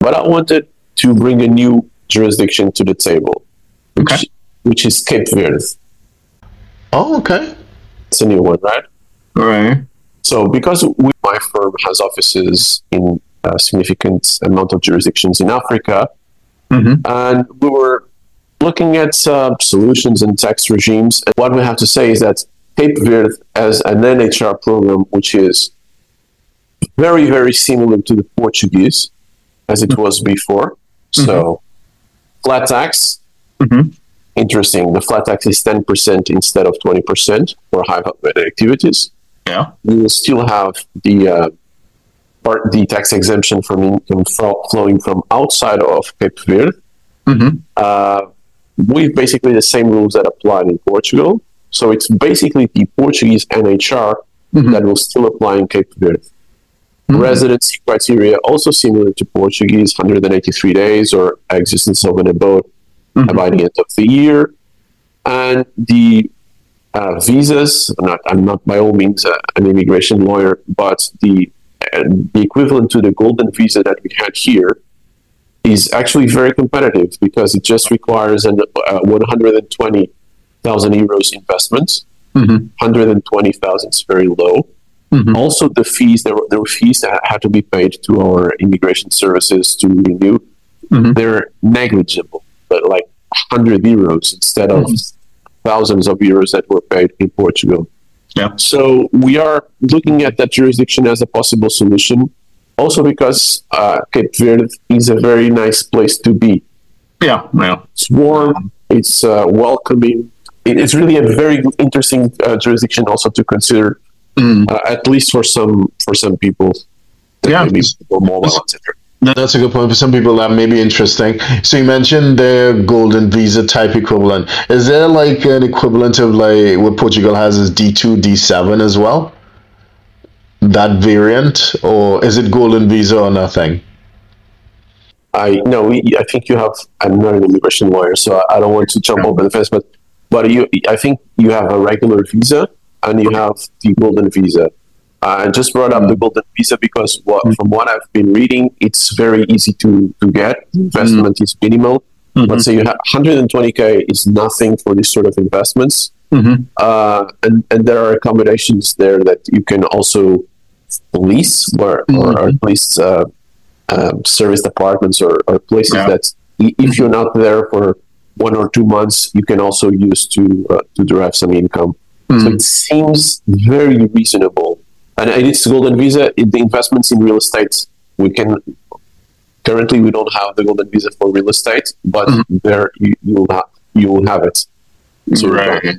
But I wanted to bring a new jurisdiction to the table, which, Okay. which is Cape Verde. Oh, okay. It's a new one, right? All right. So, because we, my firm has offices in a significant amount of jurisdictions in Africa, Mhm. and we were looking at uh, solutions and tax regimes. And what we have to say is that Cape Verde has an NHR program which is very, very similar to the Portuguese as it was before. So, flat tax, Mhm. interesting. The flat tax is 10% instead of 20% for high value activities Yeah. we will still have the uh, part the tax exemption from income fro- flowing from outside of Cape Verde Mhm. uh, with basically the same rules that applied in Portugal. So it's basically the Portuguese NHR Mhm. that will still apply in Cape Verde. Mhm. Residency criteria also similar to Portuguese, 183 days or existence of an abode Mhm. by the end of the year. And the uh, visas, I'm not, I'm not by all means uh, an immigration lawyer, but the, uh, the equivalent to the golden visa that we had here is actually very competitive because it just requires an uh, 120,000 euros investment. Mhm. 120,000 is very low. Mhm. Also, the fees, there were, there were fees that had to be paid to our immigration services to renew. Mhm. They're negligible, but like 100 euros instead of thousands of euros that were paid in Portugal. Mm-hmm. Yeah. So we are looking at that jurisdiction as a possible solution, also because uh, Cape Verde is a very nice place to be. Yeah. Yeah. It's warm, it's uh, welcoming. It- It's really a very interesting uh, jurisdiction also to consider Mm. uh, at least for some for some people. that Yeah. may be more mobile, Listen- etc. That- That's a good point. For some people, that may be interesting. So you mentioned the golden visa type equivalent. Is there like an equivalent of like what Portugal has is D two, D seven as well? That variant, or is it golden visa or nothing? I no, we, I think you have. I'm not an immigration lawyer, so I, I don't want to jump Yeah. over the fence, but but you, I think you have a regular visa and you have the golden visa. I just brought up the golden visa because what, from what I've been reading, it's very easy to, to get. Investment is minimal. Mm-hmm. Let's say you have 120k is nothing for this sort of investments. Mm-hmm. uh, and, and there are accommodations there that you can also lease or, or at least uh, um, service departments or, or places Yeah. that i- if you're not there for one or two months you can also use to uh, to derive some income Mm. Mm-hmm. so it seems very reasonable and, and it's golden visa it, the investments in real estate we can currently we don't have the golden visa for real estate but there you, you will have you will have it so